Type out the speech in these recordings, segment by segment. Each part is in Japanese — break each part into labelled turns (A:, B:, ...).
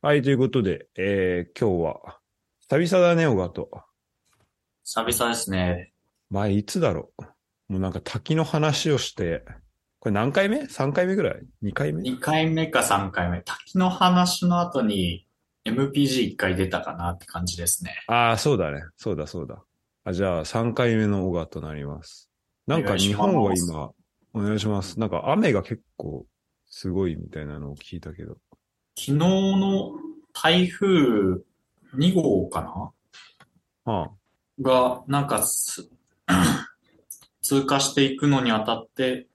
A: はい、ということで、えー、今日は、久々だね、オガと。
B: 久々ですね。
A: 前、いつだろう。もうなんか滝の話をして、これ何回目 ?3 回目ぐらい ?2 回目
B: 2回目か3回目。滝の話の後に MPG1 回出たかなって感じですね。
A: ああ、そうだね。そうだ、そうだ。あじゃあ、3回目のオガとなります。なん
B: お
A: か
B: 願いし
A: 日
B: ます
A: 本は今、お願いします。なんか雨が結構すごいみたいなのを聞いたけど。
B: 昨日の台風2号かな
A: あ
B: が、なんかす 通過していくのにあたって、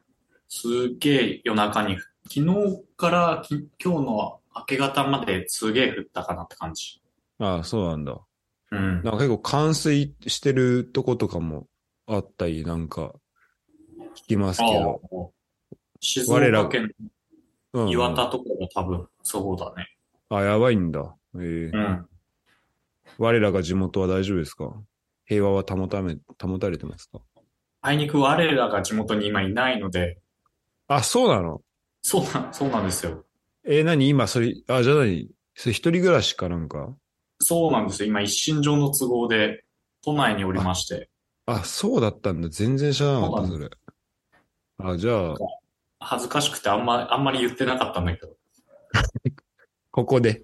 B: すげえ夜中に、昨日からき今日の明け方まですげえ降ったかなって感じ。
A: あ、ああそうなんだ。
B: う
A: な。
B: ん
A: んか結構冠水してるとことかもあったり、なんか、聞きますけど。
B: ああ静
A: 我ら
B: 岡県
A: うん
B: 岩田とかも多分そうだね。
A: あ、やばいんだ。ええ
B: うん。
A: 我らが地元は大丈夫ですか平和は保ため、保たれてますか
B: あいにく我らが地元に今いないので、
A: あ、そうなの
B: そうな、そうなんですよ。
A: えー、何今、それ、あ、じゃあ何それ一人暮らしかなんか
B: そうなんですよ。今一身上の都合で都内におりまして、
A: あ、そうだったんだ。全然知らなかった、
B: そ
A: それ。あ、じゃあ、
B: 恥ずかしくてあんま、あんまり言ってなかったんだけど、
A: ここで、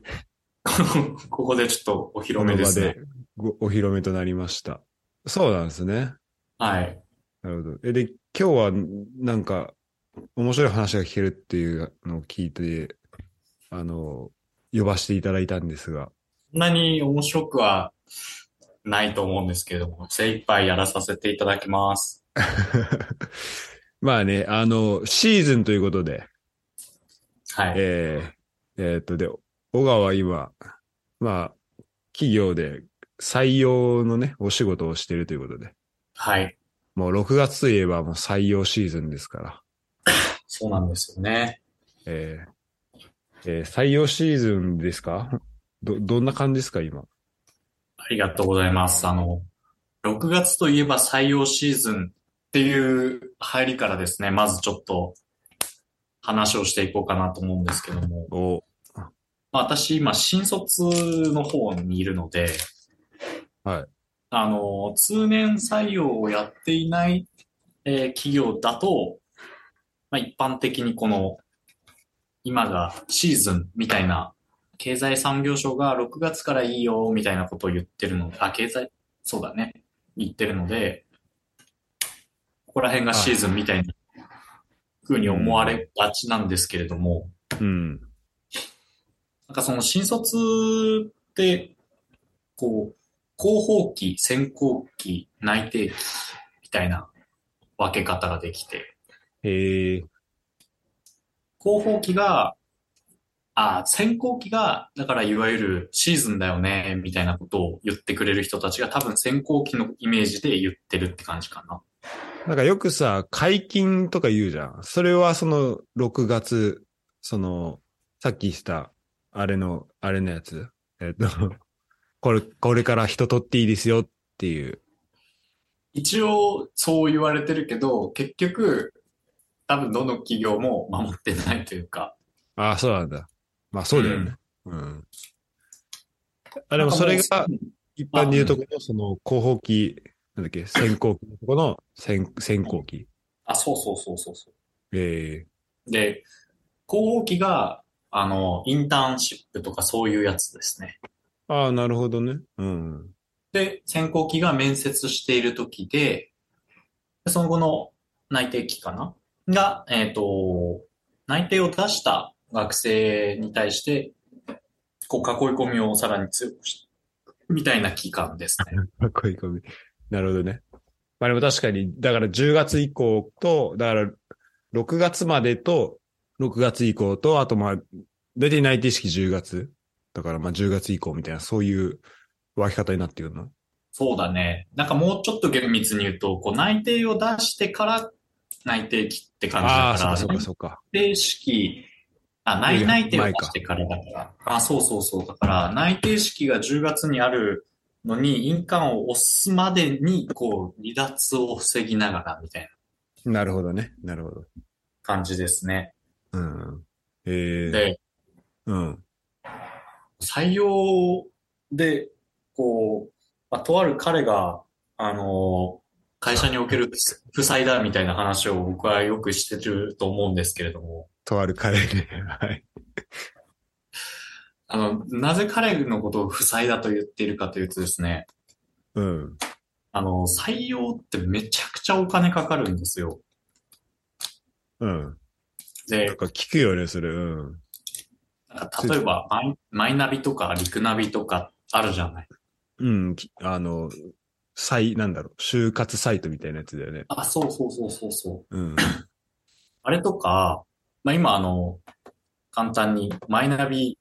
B: ここでちょっとお披露
A: こ
B: 目
A: の
B: で
A: 場
B: す
A: で
B: ね。
A: ごお披露目となりました。そうなんですね。
B: はい。
A: なるほど。え、で、今日は、なんか、面白い話が聞けるっていうのを聞いて、あの、呼ばせていただいたんですが、
B: そんなに面白くはないと思うんですけれども、精一杯やらさせていただきます。
A: まあね、あの、シーズンということで、
B: はい。
A: えーえーっと、で、小川は今、まあ、企業で採用のね、お仕事をしているということで、
B: はい。
A: もう6月といえばもう採用シーズンですから、
B: そうなんですよね。
A: えーえー採用シーズンですかど、どんな感じですか、今。
B: ありがとうございます。あの、6月といえば採用シーズンっていう入りからですね、まずちょっと話をしていこうかなと思うんですけども、
A: お
B: まあ、私今新卒の方にいるので、
A: はい。
B: あの、通年採用をやっていない、えー企業だと、まあ、一般的にこの、今がシーズンみたいな、経済産業省が6月からいいよ、みたいなことを言ってるので、あ、経済、そうだね、言ってるので、ここら辺がシーズンみたいな、ふうに思われがちなんですけれども、
A: うん。
B: なんかその新卒って、こう、広報期、選考期、内定期みたいな分け方ができて、
A: へえ、
B: 広報期が、あ、選考期が、だからいわゆるシーズンだよね、みたいなことを言ってくれる人たちが多分選考期のイメージで言ってるって感じかな。
A: なんかよくさ、解禁とか言うじゃん。それはその6月、その、さっきした、あれの、あれのやつ。えっと、 これ、これから人取っていいですよっていう。
B: 一応そう言われてるけど、結局、多分どの企業も守ってないというか、
A: ああ、そうなんだ。まあそうだよね。うん。あ、でもそれが一般で言うとこの、その、広報機、なんだっけ、先行機のとこの先、先行機。
B: あ、そうそうそうそうそう。
A: ええ
B: で、広報機が、あの、インターンシップとかそういうやつですね。
A: ああ、なるほどね。うん。
B: で、選考機が面接している時で、その後の内定期かなが、えっ、と、内定を出した学生に対して、こう囲い込みをさらに強くし、みたいな期間ですね。
A: かっこいいかもなるほどね。まあでも確かに、だから10月以降と、だから6月までと、6月以降と、あとまあ、大体内定式10月。だからまあ10月以降みたいな、そういう分け方になってくるの。
B: そうだね。なんかもうちょっと厳密に言うと、こう内定を出してから内定期って感じ
A: あ
B: だ
A: あ、
B: か
A: そっ
B: ら、
A: かそっかそっか。
B: 内定式、あ、
A: い
B: 内
A: や
B: 内定を
A: 前
B: 出
A: か
B: してからだから。あ、そうそうそう。だから、内定式が10月にあるのに、印鑑を押すまでに、こう、離脱を防ぎながら、みたいな
A: なるほどね。なるほど。
B: 感じですね。
A: うん。ええ
B: で、
A: うん。
B: 採用で、こう、まあ、とある彼が、あの、会社における負債だみたいな話を僕はよくしてると思うんですけれども、
A: とある彼ね。 はい。
B: あの、なぜ彼のことを負債だと言っているかというとですね、
A: うん。
B: あの、採用ってめちゃくちゃお金かかるんですよ。
A: うん。
B: で
A: なん、か聞くよね、それ。うん。
B: なんか例えばマイ、マイナビとかリクナビとかあるじゃない。
A: うん。きあの、サイ、なんだろう、就活サイトみたいなやつだよね。
B: あ、そうそうそうそうそう。
A: うん。
B: あれとか、まあ、今あの、簡単にマイナビ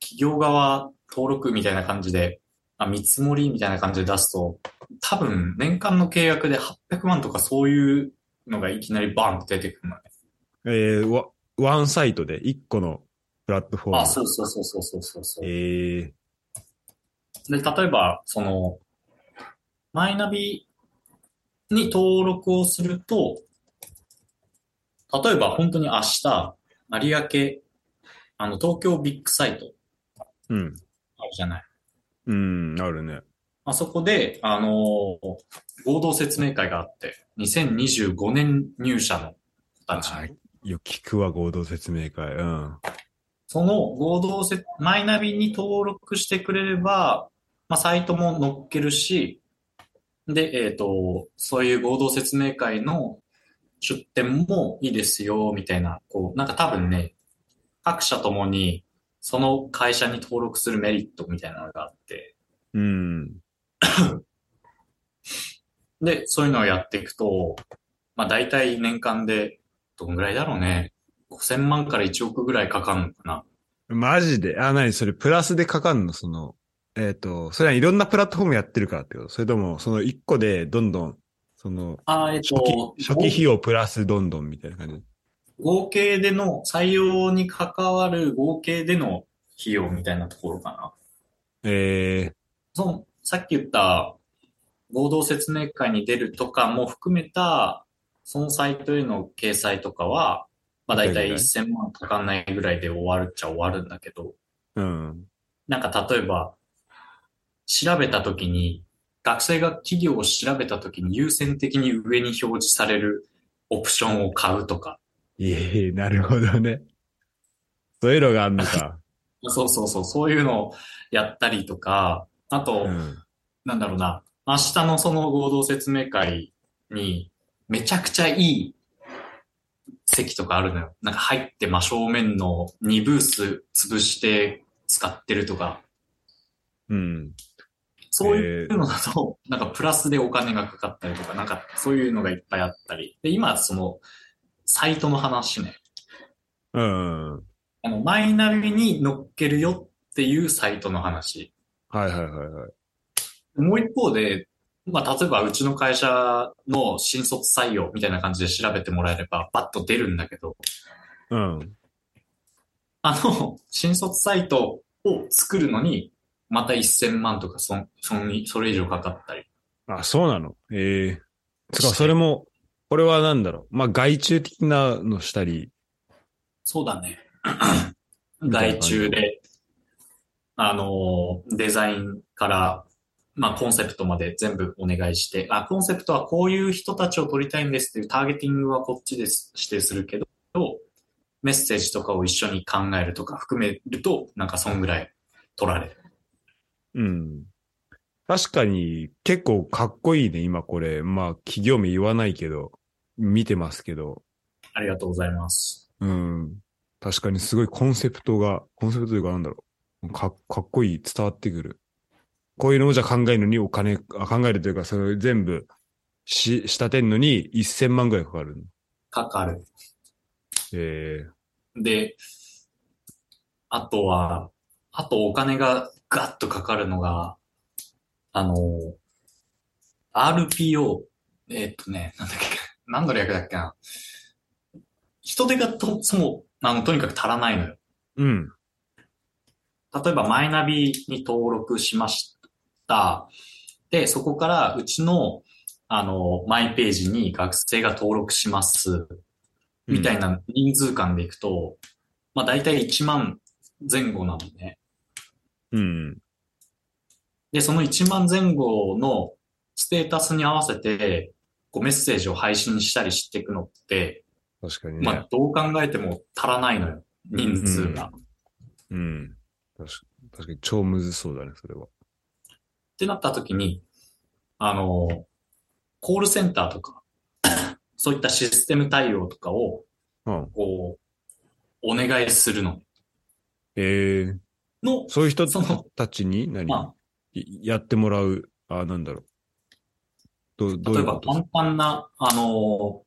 B: 企業側登録みたいな感じで、あ見積もりみたいな感じで出すと、多分年間の契約で800万とかそういうのがいきなりバンって出てくるのね。
A: えー、ワワンサイトで、一個のプラットフォーム。
B: あ、そうそうそうそうそうそうそう。
A: ええ
B: で、例えば、その、マイナビに登録をすると、例えば本当に明日、有明、あの、東京ビッグサイト
A: うん。
B: あるじゃない。
A: うん、あるね。
B: あそこで、あのー合同説明会があって、2025年入社の子たちの、
A: はいよ、聞くわ、合同説明会。うん。
B: その合同せ、マイナビに登録してくれれば、まあ、サイトも載っけるし、で、えっ、と、そういう合同説明会の出展もいいですよ、みたいな、こう、なんか多分ね、各社ともに、その会社に登録するメリットみたいなのがあって、
A: うん。
B: で、そういうのをやっていくと、まあ、大体年間で、どんぐらいだろうね、5000万から1億ぐらいかかるのかな。
A: マジであ、なにそれ、プラスでかかんのその、えっ、と、それはいろんなプラットフォームやってるからってことそれとも、その一個で、どんどん、その、
B: あー、えっ、
A: 初期、初期費用プラスどんどんみたいな感じ。
B: 合計での、採用に関わる合計での費用みたいなところかな。
A: え
B: その、さっき言った合同説明会に出るとかも含めた、そのサイトへの掲載とかは、まあ大体1000万かかんないぐらいで終わるっちゃ終わるんだけど、
A: えうん。
B: なんか例えば、調べたときに、学生が企業を調べたときに優先的に上に表示されるオプションを買うとか、
A: ええなるほどね。そういうのがあんの か。
B: そうそうそう、そういうのをやったりとか、あと、
A: うん。
B: なんだろうな、明日のその合同説明会に、めちゃくちゃいい席とかあるのよ。なんか入って真正面の2ブース潰して使ってるとか、
A: うん。
B: そういうのだと、なんかプラスでお金がかかったりとか、なんかそういうのがいっぱいあったり。で、今、その、サイトの話ね。
A: うん。はい
B: あの、マイナビに乗っけるよっていうサイトの話。
A: はいはいはい。
B: もう一方で、まあ、例えばうちの会社の新卒採用みたいな感じで調べてもらえれば、バッと出るんだけど、
A: うん。
B: あの、新卒サイトを作るのに、また1000万とかそん、そん、それ以上かかったり。
A: あ、そうなの。ええつか、それも、これはなんだろう。まあ、外注的なのしたり。
B: そうだね。
A: みたいな
B: 外
A: 感じ
B: 注で、あの、デザインから、まあ、コンセプトまで全部お願いして、あ、コンセプトはこういう人たちを取りたいんですっていうターゲティングはこっちです、指定するけど、メッセージとかを一緒に考えるとか含めると、なんかそんぐらい取られる。
A: うん。確かに、結構かっこいいね、今これ。まあ、企業名言わないけど、見てますけど。
B: ありがとうございます。
A: うん。確かにすごいコンセプトが、コンセプトというかなんだろう。かっかっこいい、伝わってくる。こういうのをじゃあ考えるのにお金、あ考えるというか、それを全部し、仕立てんのに1000万ぐらいかかるの。
B: かかる。
A: え
B: で、あとは、あとお金がガッとかかるのが、あの、RPO、えーっとね、なんだっけ、何の略だっけな。人手がと、そも、あの、とにかく足らないのよ。
A: えうん。
B: 例えば、マイナビに登録しました。で、そこから、うちの、あの、マイページに学生が登録します。みたい
A: な。
B: な人数間でいくと、まあ大体1万前後なのね。
A: うん。
B: で、その1万前後のステータスに合わせて、こうメッセージを配信したりしていくのって、
A: 確かにね。
B: まあ、どう考えても足らないのよ。人数が。っ
A: うん。確か確かに超むずそうだね、それは。
B: てなった時に、あの、コールセンター とか、そういったシステム対応とかを、
A: うん。
B: こう、お願いするの。
A: ええ
B: の、
A: そういう人
B: その
A: たちに何、
B: まあ、
A: いやってもらう、あなんだろう。どう、どう
B: 例
A: い
B: え
A: う
B: ば、
A: こと
B: パンパンな、あの、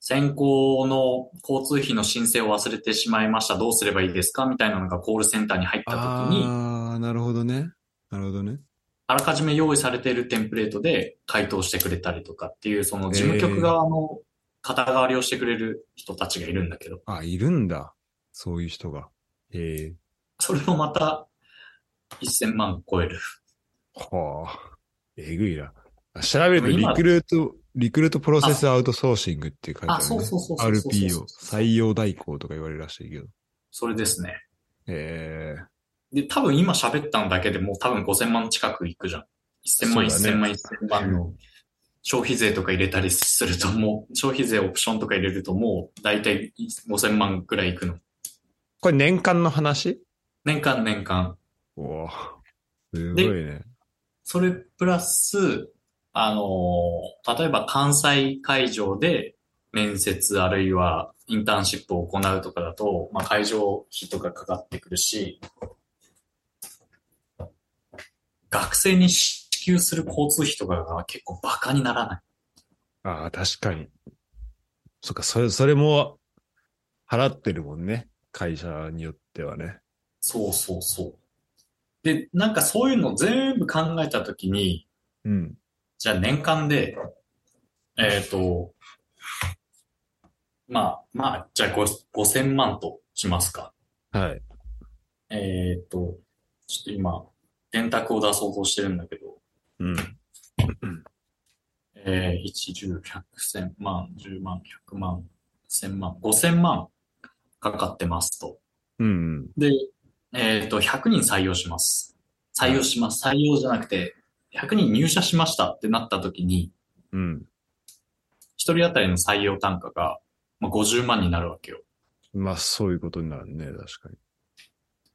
B: 先行の交通費の申請を忘れてしまいました。どうすればいいですかみたいなのがコールセンターに入った時に、
A: ああ、なるほどね。なるほどね。
B: あらかじめ用意されているテンプレートで回答してくれたりとかっていう、その事務局側の肩代わりをしてくれる人たちがいるんだけど、
A: あ、いるんだ。そういう人が。ええ
B: それをまた1000万超える。
A: はあ。えぐいな。あ調べると、リクルート、リクルートプロセスアウトソーシングって書いてある、
B: あ、
A: ね。
B: そうそうそうそうそうそう
A: RPO、採用代行とか言われるらしいけど。
B: それですね。
A: ええ
B: で、多分今喋ったのだけでもう多分5000万近くいくじゃん。1000万、
A: そうだね
B: 1000万、1000万の消費税とか入れたりするともう、消費税オプションとか入れるともう大体5000万くらいいくの。
A: これ年間の話
B: 年間年間。
A: おお。すごいね。
B: それプラス、あのー例えば関西会場で面接あるいはインターンシップを行うとかだと、まあ、会場費とかかかってくるし、学生に支給する交通費とかが結構バカにならない。
A: ああ、確かに。そっか、それ、それも払ってるもんね。会社によってはね。
B: そうそうそう。で、なんかそういうの全部考えたときに、
A: うん。
B: じゃあ年間で、えっ、と、まあ、まあ、じゃあご5000万としますか。
A: はい。
B: えっ、と、ちょっと今、電卓を出そうとしてるんだけど、
A: うん。
B: えー、1、10、100、1000万、10万、100万、1000万、5000万かかってますと。
A: うん。
B: で、えっ、と、100人採用します。採用します。採用じゃなくて、100人入社しましたってなった時に、
A: うん。
B: 一人当たりの採用単価が、まあ、50万になるわけよ。
A: まあ、そういうことになるね。確か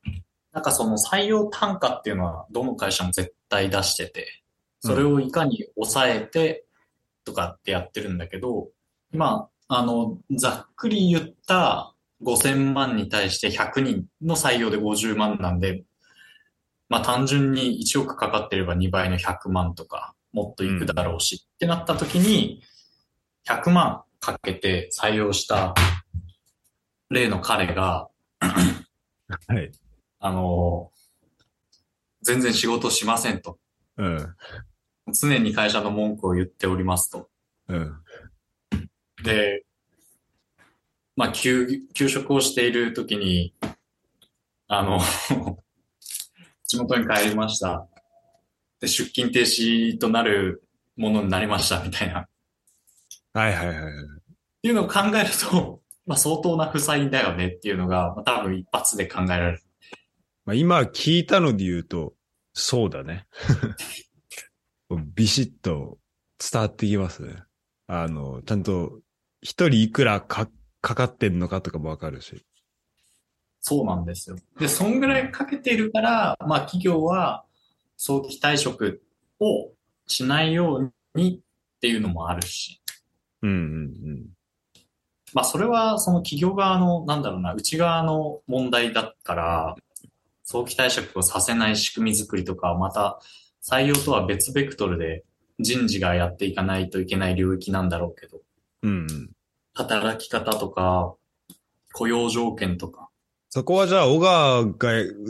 A: に。
B: なんかその採用単価っていうのはどの会社も絶対出してて、それをいかに抑えてとかってやってるんだけど、まあ、あの、ざっくり言った5000万に対して100人の採用で50万なんで、まあ単純に1億かかってれば2倍の100万とかもっといくだろうし、ってなった時に100万かけて採用した例の彼が、
A: はい。
B: あの、全然仕事しませんと。
A: うん。
B: 常に会社の文句を言っておりますと。
A: うん。
B: で、まあ、休、休職をしている時に、あの、 地元に帰りました。で、出勤停止となるものになりました、みたいな。っ
A: はいはいはいはい。
B: ていうのを考えると、まあ、相当な負債だよねっていうのが、まあ、多分一発で考えられる。
A: まあ、今聞いたので言うと、そうだね。ビシッと伝わってきますね。あの、ちゃんと一人いくらかかかってんのかとかもわかるし。
B: そうなんですよ。で、そんぐらいかけているから、まあ企業は早期退職をしないようにっていうのもあるし、
A: うんうんうん。
B: まあそれはその企業側の、なんだろうな、内側の問題だから、早期退職をさせない仕組み作りとかはまた採用とは別ベクトルで人事がやっていかないといけない領域なんだろうけど、
A: うんうん。
B: 働き方とか、雇用条件とか、
A: そこはじゃあ、小川が、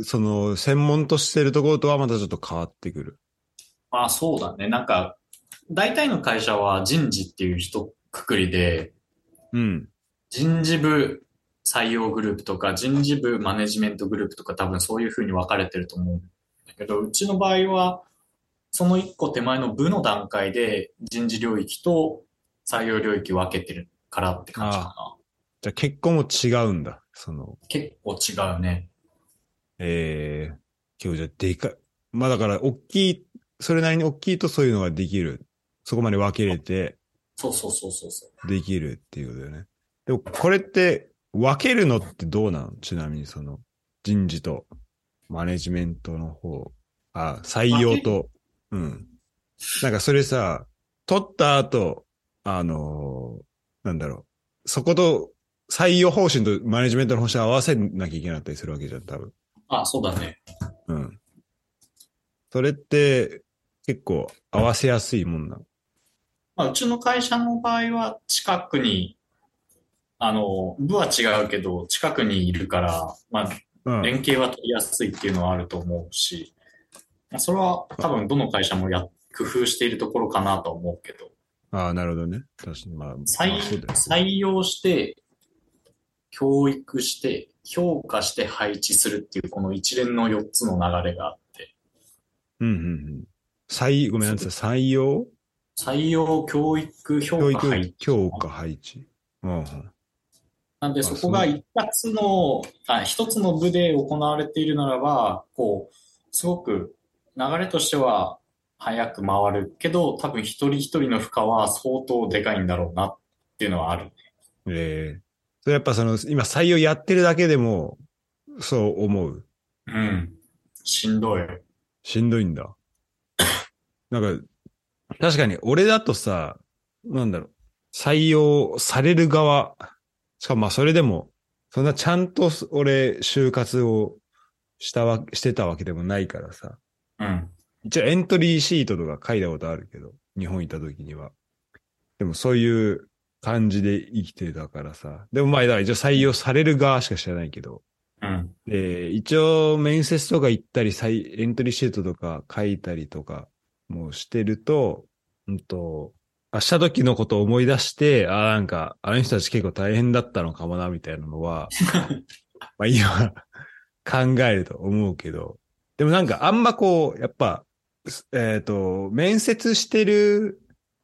A: その、専門としてるところとはまたちょっと変わってくる。
B: まあそうだね。なんか、大体の会社は人事っていう一括りで、
A: うん。
B: 人事部採用グループとか、人事部マネジメントグループとか多分そういう風に分かれてると思うんだけど、うちの場合は、その一個手前の部の段階で人事領域と採用領域分けてるからって感じかな。
A: じゃあ結構も違うんだ。その、
B: 結構違うね。
A: ええ結構じゃあでかい。まあだから、大きい、それなりに大きいとそういうのができる。そこまで分けれて
B: そうそうそうそうそう。
A: できるっていうことだよね。でも、これって、分けるのってどうなのちなみにその、人事とマネジメントの方。あ、採用と。うん。なんかそれさ、取った後、あのーなんだろう。そこと、採用方針とマネジメントの方針合わせなきゃいけなかったりするわけじゃん、多分。
B: あ、そうだね。
A: うん。それって、結構合わせやすいもんなの。
B: まあ、うちの会社の場合は近くに、あの、部は違うけど、近くにいるから、ま
A: う
B: あ、
A: ん。
B: 連携は取りやすいっていうのはあると思うし、まあ、それは多分どの会社もや、工夫しているところかなとは思うけど、
A: ああ、なるほどね。確かに。まあ、ま
B: 採
A: あそうだよね
B: 採用して、教育して、評価して配置するっていう、この一連の4つの流れがあって、
A: うんうんうん。採、ごめんなさい。採用
B: 採用、教育、評
A: 教
B: 価、配
A: 育
B: 置。
A: 強化配置。うんうん。
B: なんで、
A: あ
B: そこが
A: そう
B: 一つの、あ、一つの部で行われているならば、こう、すごく流れとしては早く回るけど、多分一人一人の負荷は相当でかいんだろうなっていうのはある。
A: ええそれやっぱその、今採用やってるだけでも、そう思う。
B: うん。しんどい。
A: しんどいんだ。 なんか、確かに俺だとさ、なんだろう、採用される側、しかもまあそれでも、そんなちゃんと俺、就活をしたわ、してたわけでもないからさ。
B: うん。
A: 一応エントリーシートとか書いたことあるけど、日本いた時には。でもそういう感じで生きてたからさ。でもまあ、だから一応採用される側しか知らないけど。
B: うん。
A: で、一応面接とか行ったり、再エントリーシートとか書いたりとかもうしてると、うんと、あ、した時のことを思い出して、あ、なんか、あの人たち結構大変だったのかもな、みたいなのは、まあ今、考えると思うけど、でもなんかあんまこう、やっぱ、すえっ、と、面接してる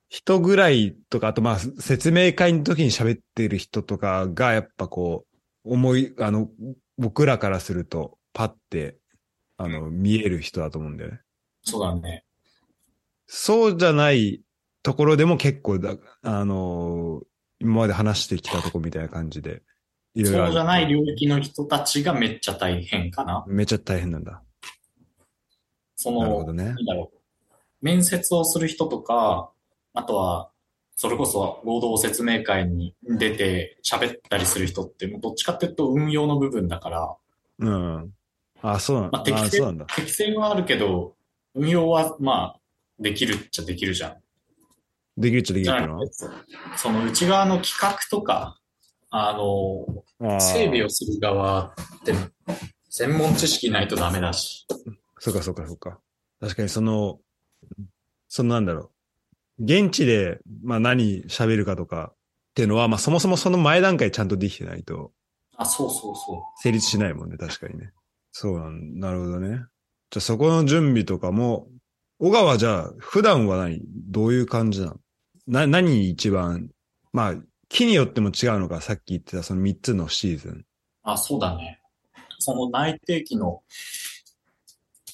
A: 人ぐらいとか、あとまあ説明会の時に喋ってる人とかが、やっぱこう、思い、あの、僕らからすると、パッて、あの、見える人だと思うんだよね。
B: そうだね。
A: そうじゃないところでも結構だ、あのー今まで話してきたとこみたいな感じで、いろいろあ
B: そう
A: る
B: じゃない領域の人たちがめっちゃ大変かな。
A: めっちゃ大変なんだ。
B: そ
A: なるほ
B: の
A: ど、ね
B: な。んだろう。面接をする人とか、あとは、それこそ合同説明会に出て喋ったりする人って、もうどっちかっていうと運用の部分だから、
A: うん。あ、そうなんだ
B: まあ。適正
A: あ、そうなんだ。
B: 適性はあるけど、運用はまあ、できるっちゃできるじゃん。
A: できるっちゃでき
B: じ
A: る
B: ゃ
A: か
B: なくてその内側の企画とか、あの、
A: な。あー
B: 整備をする側って、専門知識ないとダメだし。
A: そうかそうかそうか。確かにその、そのなんだろう。現地で、まあ何喋るかとかっていうのは、まあそもそもその前段階ちゃんとできてないと
B: あ、そうそうそう。
A: 成立しないもんね、確かにね。そうなんなるほどね。じゃあそこの準備とかも、小川じゃあ普段は何どういう感じなのな、何一番、まあ、木によっても違うのか、さっき言ってたその3つのシーズン。
B: あ、そうだね。その内定期の、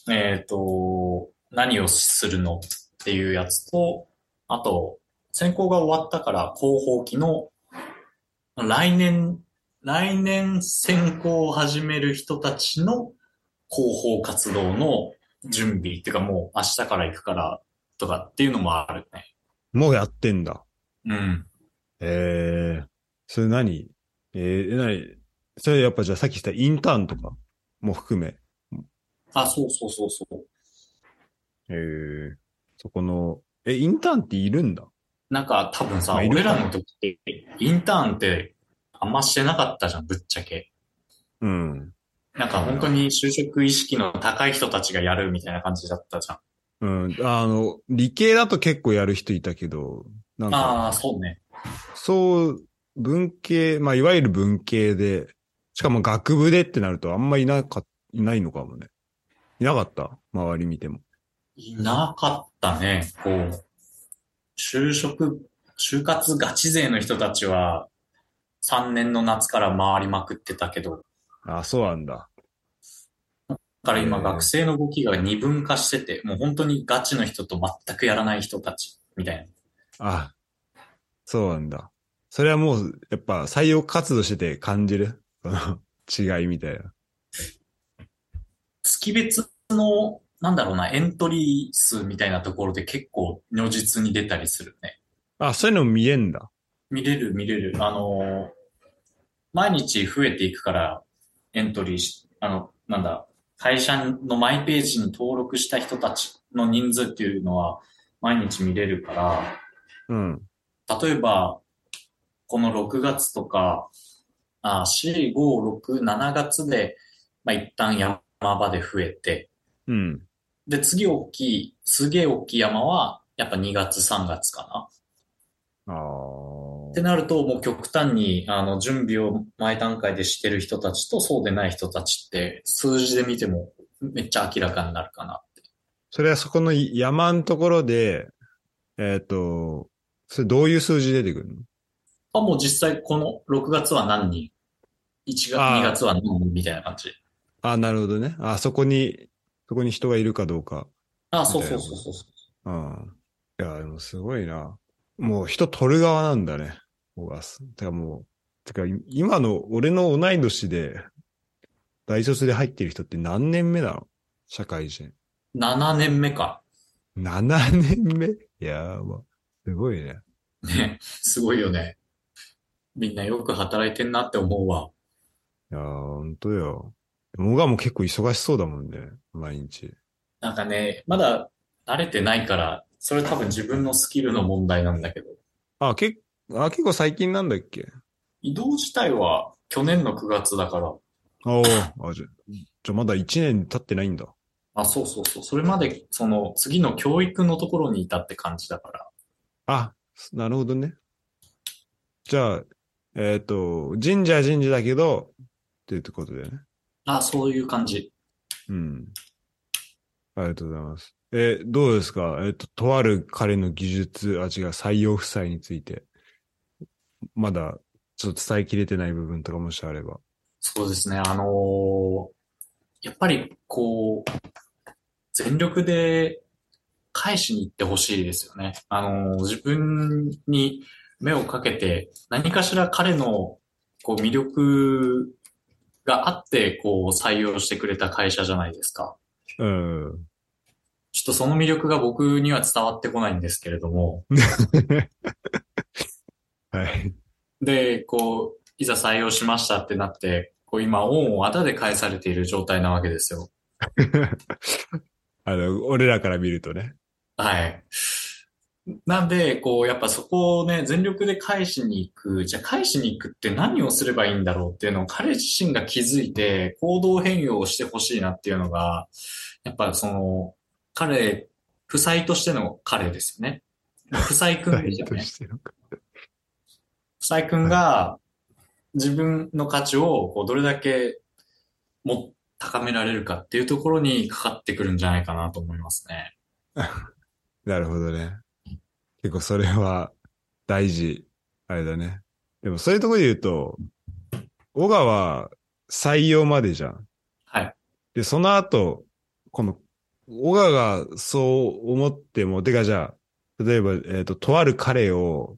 B: えっと、何をするのっていうやつと、あと、選考が終わったから広報期の、来年、来年選考を始める人たちの広報活動の準備っていうかもう明日から行くからとかっていうのもあるね。
A: もうやってんだ。
B: うん。
A: ええそれ何えー、何それやっぱじゃあさっき言ったインターンとかも含め。
B: あ、そうそうそうそう。
A: ええそこの、え、インターンっているんだ
B: なんか多分さ、
A: まあいろい
B: 俺
A: ろ
B: らの時って、インターンってあんましてなかったじゃん、ぶっちゃけ。
A: うん。
B: なんか本当に就職意識の高い人たちがやるみたいな感じだったじゃん。
A: うん。あの、理系だと結構やる人いたけど、なんか、
B: ああ、そうね。
A: そう、文系、まあ、いわゆる文系で、しかも学部でってなるとあんまいなか、いないのかもね。いなかった周り見ても。
B: いなかったね。こう、就職、就活ガチ勢の人たちは、3年の夏から回りまくってたけど、
A: あ、そうなんだ。
B: から今
A: へー
B: 学生の動きが二分化してて、もう本当にガチの人と全くやらない人たち、みたいな。
A: あ、そうなんだ。それはもう、やっぱ採用活動してて感じる その違いみたいな。
B: 月別の、なんだろうな、エントリー数みたいなところで結構如実に出たりするね。
A: あ、そういうのも見えんだ。
B: 見れる見れる。あのー毎日増えていくから、エントリーし、あの、なんだ、会社のマイページに登録した人たちの人数っていうのは毎日見れるから、
A: うん。
B: 例えば、この6月とか、あ4、5、6、7月で、まあ、一旦山場で増えて、
A: うん。
B: で、次大きい、すげえ大きい山は、やっぱ2月、3月かな。
A: あ
B: ってなると、もう極端に、あの、準備を前段階でしてる人たちと、そうでない人たちって、数字で見ても、めっちゃ明らかになるかな。
A: それはそこの山のところで、えっ、と、それどういう数字出てくるの
B: あ、もう実際、この6月は何人 ?1 月、
A: あー
B: 2月は何人みたいな感じ。
A: あ、なるほどね。あ、そこに、そこに人がいるかどうか。
B: あ、そうそうそうそうそう。
A: うん。いや、でもすごいな。もう人取る側なんだね。オガス。てかもう、てかい今の俺の同い年で、大卒で入ってる人って何年目なの社会人。
B: 7年目か。
A: 7年目やば。すごいね。
B: ね、すごいよね。みんなよく働いてんなって思うわ。
A: いやー、ほんとよ。モガも結構忙しそうだもんね。毎日。
B: なんかね、まだ慣れてないから、それ多分自分のスキルの問題なんだけど、
A: あ、けあ結構最近なんだっけ
B: 移動自体は去年の9月だから、
A: あーあ、じゃ、じゃまだ1年経ってないんだ。
B: あ、そうそうそう。それまで、その、次の教育のところにいたって感じだから。
A: あ、なるほどね。じゃあ、えっ、と、神社は神社だけど、っていうことだよね。
B: あ、そういう感じ。
A: うん。ありがとうございます。えーどうですかえっ、と、とある彼の技術、あ、違う、採用負債について、まだ、ちょっと伝えきれてない部分とかもしあれば。
B: そうですね。あのーやっぱり、こう、全力で返しに行ってほしいですよね。あのー自分に目をかけて、何かしら彼の、こう、魅力があって、こう、採用してくれた会社じゃないですか。
A: うん。
B: ちょっとその魅力が僕には伝わってこないんですけれども、
A: はい。
B: で、こう、いざ採用しましたってなって、こう今、恩をあだで返されている状態なわけですよ。
A: あの、俺らから見るとね。
B: はい。なんで、こう、やっぱそこをね、全力で返しに行く。じゃあ返しに行くって何をすればいいんだろうっていうのを彼自身が気づいて行動変容をしてほしいなっていうのが、やっぱその、彼、負債としての彼ですよね。負債君ですよ
A: と
B: ね。
A: してのか
B: サイ君が自分の価値をこうどれだけも高められるかっていうところにかかってくるんじゃないかなと思いますね。
A: なるほどね。結構それは大事。あれだね。でもそういうところで言うと、小川採用までじゃん。
B: はい。
A: で、その後、この、小川がそう思っても、てかじゃあ、例えば、えっ、と、とある彼を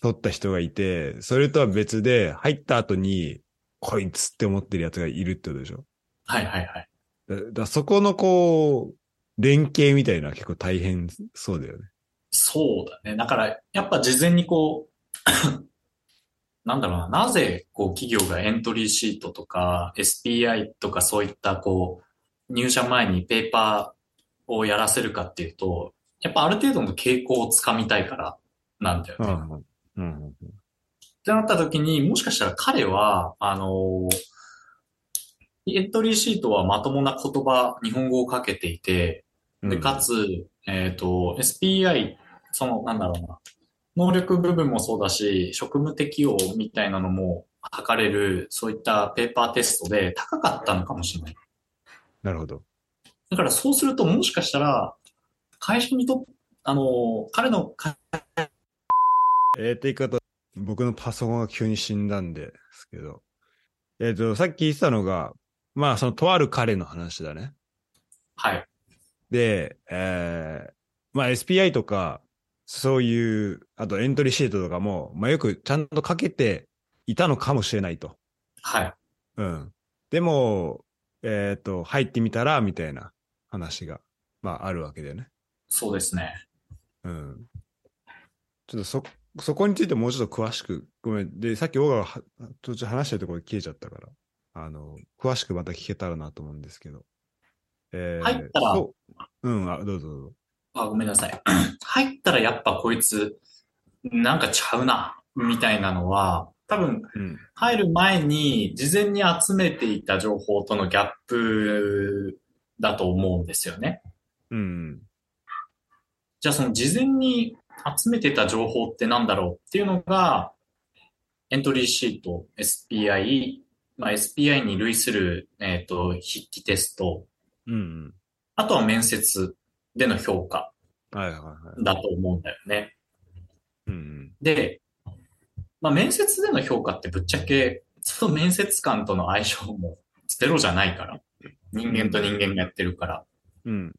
A: 取った人がいて、それとは別で入った後に、こいつって思ってるやつがいるってことでしょ。
B: はいはいはい。
A: だだそこのこう、連携みたいな結構大変そうだよね。
B: そうだね。だからやっぱ事前にこう、 なんだろうな、なぜこう企業がエントリーシートとか SPI とかそういったこう入社前にペーパーをやらせるかっていうと、やっぱある程度の傾向をつかみたいからなんだよね。
A: うんうん。
B: ってなった時に、もしかしたら彼は、あのエントリーシートはまともな言葉、日本語をかけていて、で、かつ、えっ、と、SPI、その、なんだろうな、能力部分もそうだし、職務適用みたいなのも測れる、そういったペーパーテストで高かったのかもしれない。
A: なるほど。
B: だからそうすると、もしかしたら、会社にとっあの彼の会
A: えー、ということ、僕のパソコンが急に死んだんですけど、えっ、と、さっき言ってたのが、まあ、その、とある彼の話だね。
B: はい。
A: で、えー、まあ SPI とか、そういう、あとエントリーシートとかも、まあよくちゃんとかけていたのかもしれないと。
B: はい。
A: うん。でも、えっ、と、入ってみたら、みたいな話が、まああるわけだよね。
B: そうですね。
A: うん。ちょっとそ、そこについてもうちょっと詳しく、ごめん。で、さっきオガがは途中話してるところ消えちゃったから、あの、詳しくまた聞けたらなと思うんですけど。えー、
B: 入ったら
A: そううん、あ、どうぞどうぞ。
B: あ、ごめんなさい。 入ったらやっぱこいつ、なんかちゃうな、みたいなのは、多分
A: うん。
B: 入る前に事前に集めていた情報とのギャップだと思うんですよね。
A: うん。
B: じゃあその事前に集めてた情報ってなんだろうっていうのが、エントリーシート、SPI、まあ、SPI に類する、えっ、と、筆記テスト、
A: うん
B: あとは面接での評価
A: うん。はいはいはい。
B: だと思うんだよね。
A: うん
B: で、まあ、面接での評価ってぶっちゃけ、その面接官との相性もゼロじゃないから。人間と人間がやってるから。
A: うん。うん。
B: っ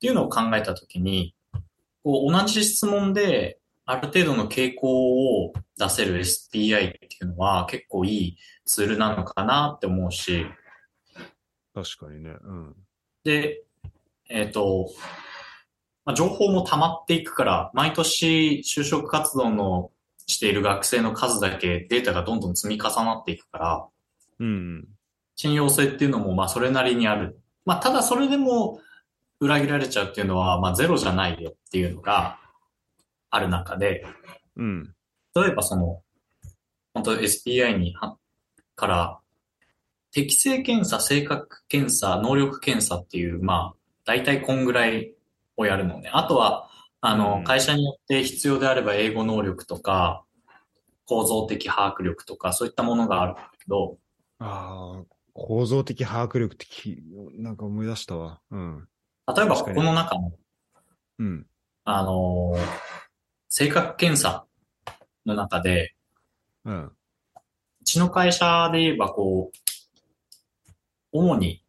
B: ていうのを考えたときに、こう同じ質問である程度の傾向を出せる SPI っていうのは結構いいツールなのかなって思うし、
A: 確かにね。うん。
B: で、えっ、と、まあ、情報も溜まっていくから、毎年就職活動のしている学生の数だけデータがどんどん積み重なっていくから、
A: うん。
B: 信用性っていうのもまあそれなりにある。まあただそれでも裏切られちゃうっていうのはまあゼロじゃないよっていうのがある中で、
A: うん。
B: 例えばその、本当 SPI にはから適性検査、性格検査、能力検査っていうまあ大体こんぐらいをやるのね。あとはあ
A: う
B: の
A: ん
B: 会社によって必要であれば英語能力とか構造的把握力とかそういったものがあるんだけど、
A: ああ、構造的把握力ってき、なんか思い出したわ。うん。
B: 例えば
A: 確か
B: こ
A: に
B: この中の
A: うん。
B: あのー性格検査の中で、
A: うん。
B: うちの会社で言えばこう、主に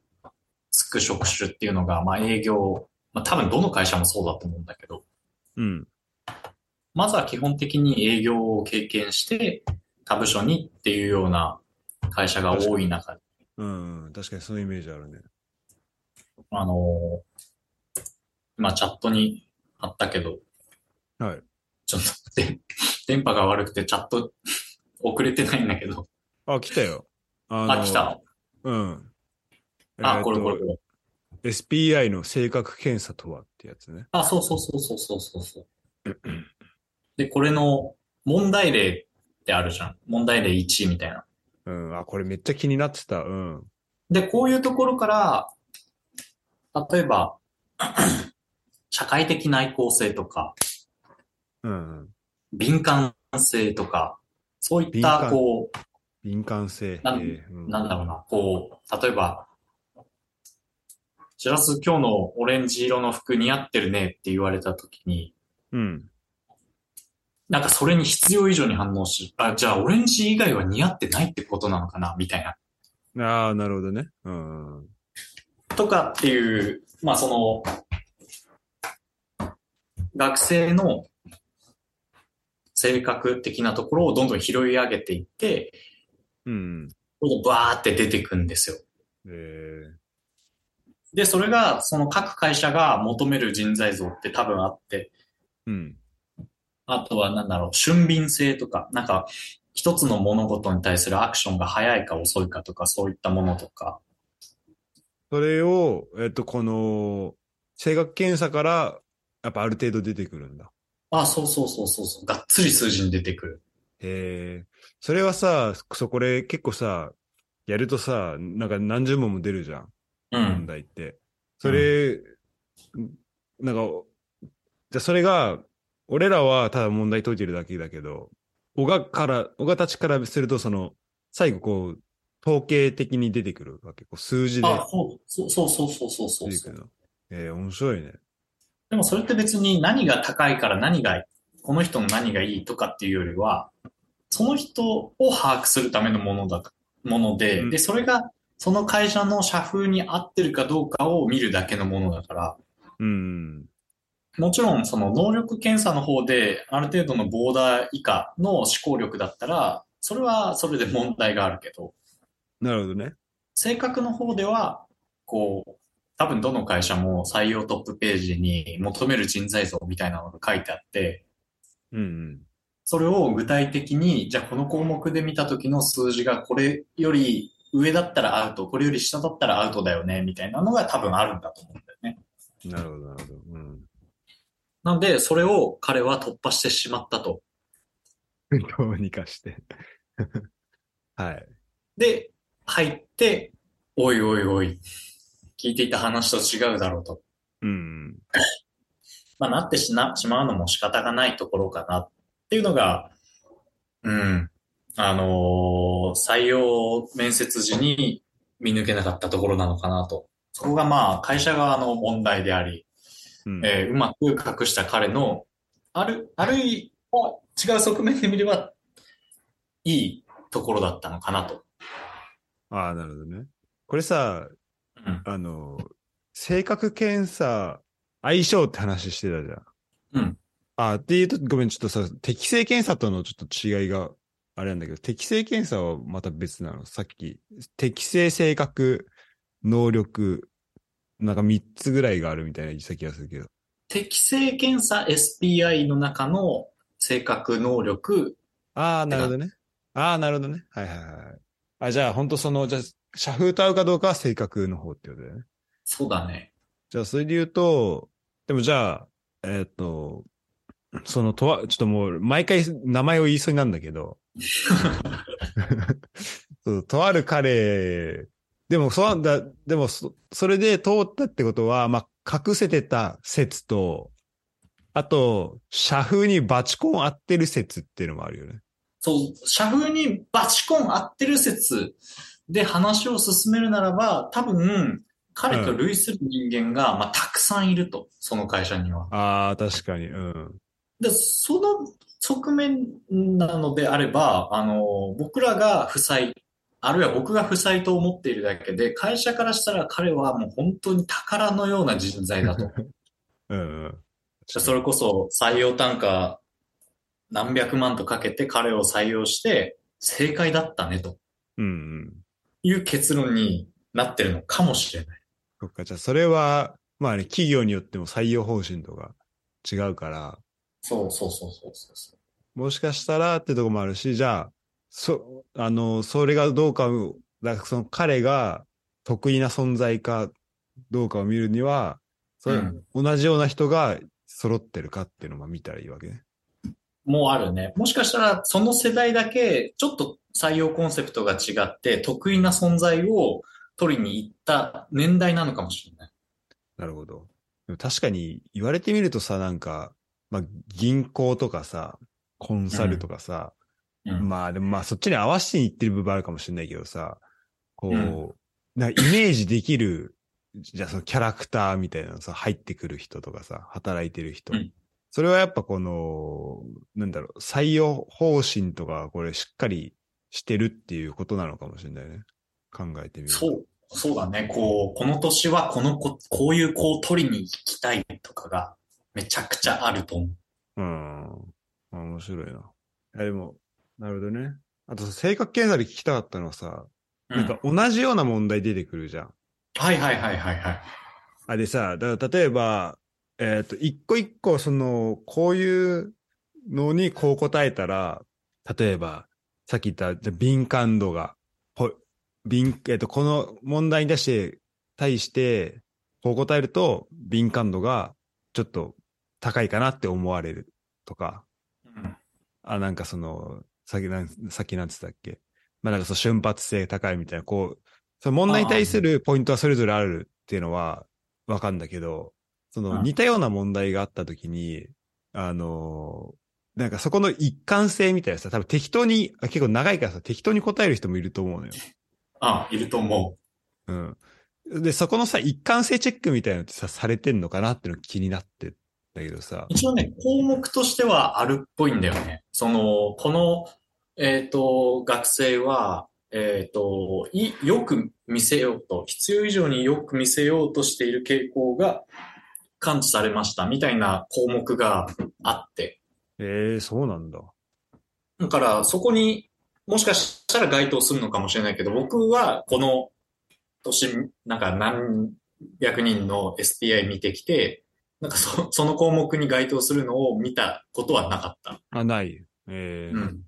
B: つく職種っていうのが、まあ営業、まあ多分どの会社もそうだと思うんだけど、
A: うん。
B: まずは基本的に営業を経験して、他部署にっていうような会社が多い中で、
A: うん。確かにそのイメージあるね。
B: あのー今チャットにあったけど、
A: はい。
B: ちょっと待って、電波が悪くてチャット遅れてないんだけど、
A: あ、来たよ。あ
B: あ、来た。。
A: うん。
B: あ、
A: えー
B: これ
A: と
B: これこれ。
A: SPI の性格検査とはってやつね。
B: あ、そうそうそうそうそうそうそう。で、これの問題例ってあるじゃん。問題例1みたいな。
A: うん。あ、これめっちゃ気になってた。うん。
B: で、こういうところから、例えば、 社会的内向性とか、
A: うん。
B: 敏感性とか、そういっ
A: 敏
B: た、
A: 感
B: こ
A: 敏感性。
B: なん
A: えーうん
B: う、なんだろうな、こう、例えば、シラス今日のオレンジ色の服似合ってるねって言われたときに、
A: うん。
B: なんかそれに必要以上に反応し、あ、じゃあオレンジ以外は似合ってないってことなのかなみたいな。
A: ああ、なるほどね。うん。うん
B: とかっていう、まあその、学生の性格的なところをどんどん拾い上げていって、
A: うん。
B: どんどんバーって出てくんですよ。
A: えー
B: で、それが、その各会社が求める人材像って多分あって、
A: うん。
B: あとはなんだろう、俊敏性とか、なんか、一つの物事に対するアクションが早いか遅いかとか、そういったものとか、
A: それを、えっと、この、性格検査から、やっぱある程度出てくるんだ。
B: あ、そうそうそうそうそう、がっつり数字に出てくる。
A: へえ。それはさ、そこれ結構さ、やるとさ、なんか何十問も出るじゃん、
B: う
A: 問
B: ん。
A: 題って。それ、なんか、じゃあそれが、俺らはただ問題解いてるだけだけど、小がから、小がたちからすると、その、最後こう、統計的に出てくるわけ。こう数字で
B: あ、そう、そうそうそうそうそうそう
A: 出てくるの。えー、面白いね。
B: でもそれって別に何が高いから何が、この人の何がいいとかっていうよりは、その人を把握するためのものだと、もので、
A: うん
B: で、それがその会社の社風に合ってるかどうかを見るだけのものだから、
A: うん。
B: もちろんその能力検査の方である程度のボーダー以下の思考力だったら、それはそれで問題があるけど、
A: なるほどね。
B: 性格の方では、こう、多分どの会社も採用トップページに求める人材像みたいなのが書いてあって、
A: うんうん。
B: それを具体的に、じゃあこの項目で見た時の数字がこれより上だったらアウト、これより下だったらアウトだよね、みたいなのが多分あるんだと思うんだよね。
A: なるほど、なるほど。うん。
B: なので、それを彼は突破してしまったと。
A: どうにかして。 はい。
B: で、入って、おいおいおい、聞いていた話と違うだろうと。
A: うん。
B: まあ、なってしな、しまうのも仕方がないところかなっていうのが、うん、あのー採用面接時に見抜けなかったところなのかなと。そこがまあ、会社側の問題であり、
A: うん
B: えーうまく隠した彼の、ある、あるいは違う側面で見れば、いいところだったのかなと。
A: ああ、なるほどね。これさ、
B: うん。
A: あの、性格検査、相性って話してたじゃん。
B: うん。
A: あっていうと、ごめん、ちょっとさ、適性検査とのちょっと違いがあれなんだけど、適性検査はまた別なの。さっき、適性、性格、能力、なんか3つぐらいがあるみたいな言ってた気がするけど。
B: 適性検査 SPI の中の性格能力、
A: ああ、なるほどね。ああ、なるほどね。はいはいはい。あ、じゃあ、本当その、じゃあ、社風と合うかどうかは性格の方ってことだよね。
B: そうだね。
A: じゃあ、それで言うと、でもじゃあ、えーっ、と、そのとは、ちょっともう、毎回名前を言いそうになるんだけ ど、そうとある彼、でも、そうだ、でもそ、それで通ったってことは、まあ、隠せてた説と、あと、社風にバチコン合ってる説っていうのもあるよね。
B: そう、社風にバチコン合ってる説で話を進めるならば、多分、彼と類する人間が、まあ、たくさんいると、その会社には。
A: ああ、確かに、うん。
B: で、その側面なのであれば、あの、僕らが負債、あるいは僕が負債と思っているだけで、会社からしたら彼はもう本当に宝のような人材だと。
A: うんうん。
B: それこそ採用単価何百万とかけて彼を採用して、正解だったねと。
A: うんうん。
B: いう結論になってるのかもしれない。
A: そっか、じゃあそれは、まあね、企業によっても採用方針とか違うから、
B: そうそうそうそうそうそう。
A: もしかしたらってとこもあるし、じゃあ、そ、あの、それがどうかを、だからその彼が得意な存在かどうかを見るには、それ
B: うん
A: 同じような人が揃ってるかっていうのを見たらいいわけね。
B: もうあるね。もしかしたら、その世代だけ、ちょっと採用コンセプトが違って、得意な存在を取りに行った年代なのかもしれない。
A: なるほど。でも確かに言われてみるとさ、なんか、まあ銀行とかさ、コンサルとかさ、
B: うん
A: まあでもまあそっちに合わせていってる部分あるかもしれないけどさ、こう、
B: うん
A: なんかイメージできる、じゃあそのキャラクターみたいなのさ、入ってくる人とかさ、働いてる人。
B: うん
A: それはやっぱこの、なんだろう、採用方針とか、これしっかりしてるっていうことなのかもしれないね。考えてみると。
B: そ。う、そうだね。こう、この年はこの子、こういう子を取りに行きたいとかが、めちゃくちゃあると思う。
A: うん。面白いな。いやでも、なるほどね。あと、性格検査で聞きたかったのはさ、
B: うん
A: なんか同じような問題出てくるじゃん。
B: はいはいはいはいはい。
A: あれさ、だから例えば、えっ、と、一個一個、その、こういうのにこう答えたら、例えば、さっき言った、じゃあ敏感度が、ほ、敏、えっ、と、この問題に対して、対して、こう答えると、敏感度が、ちょっと、高いかなって思われるとか、
B: うん
A: あ、なんかその、さっきなん、さっきなんつったっけまあなんかその瞬発性高いみたいな、こう、その問題に対するポイントはそれぞれあるっていうのはわかんだけど、そ
B: あ
A: の
B: あ
A: 似たような問題があった時に、あのーなんかそこの一貫性みたいなさ、多分適当に、あ結構長いからさ、適当に答える人もいると思うのよ。
B: あ、いると思
A: うん。で、そこのさ、一貫性チェックみたいなのってさ、されてんのかなっていうの気になってんだけどさ
B: う。。一応ね、項目としてはあるっぽいんだよね。その、この、えっ、と、学生は、えっ、と、い、よく見せようと、必要以上によく見せようとしている傾向が感知されましたみたいな項目があって。
A: ええそうなんだ。
B: だから、そこにもしかしたら該当するのかもしれないけど、僕はこの年、なんか何百人の SPI 見てきて、なんかそその項目に該当するのを見たことはなかった。
A: あ、ない。ええ
B: うん。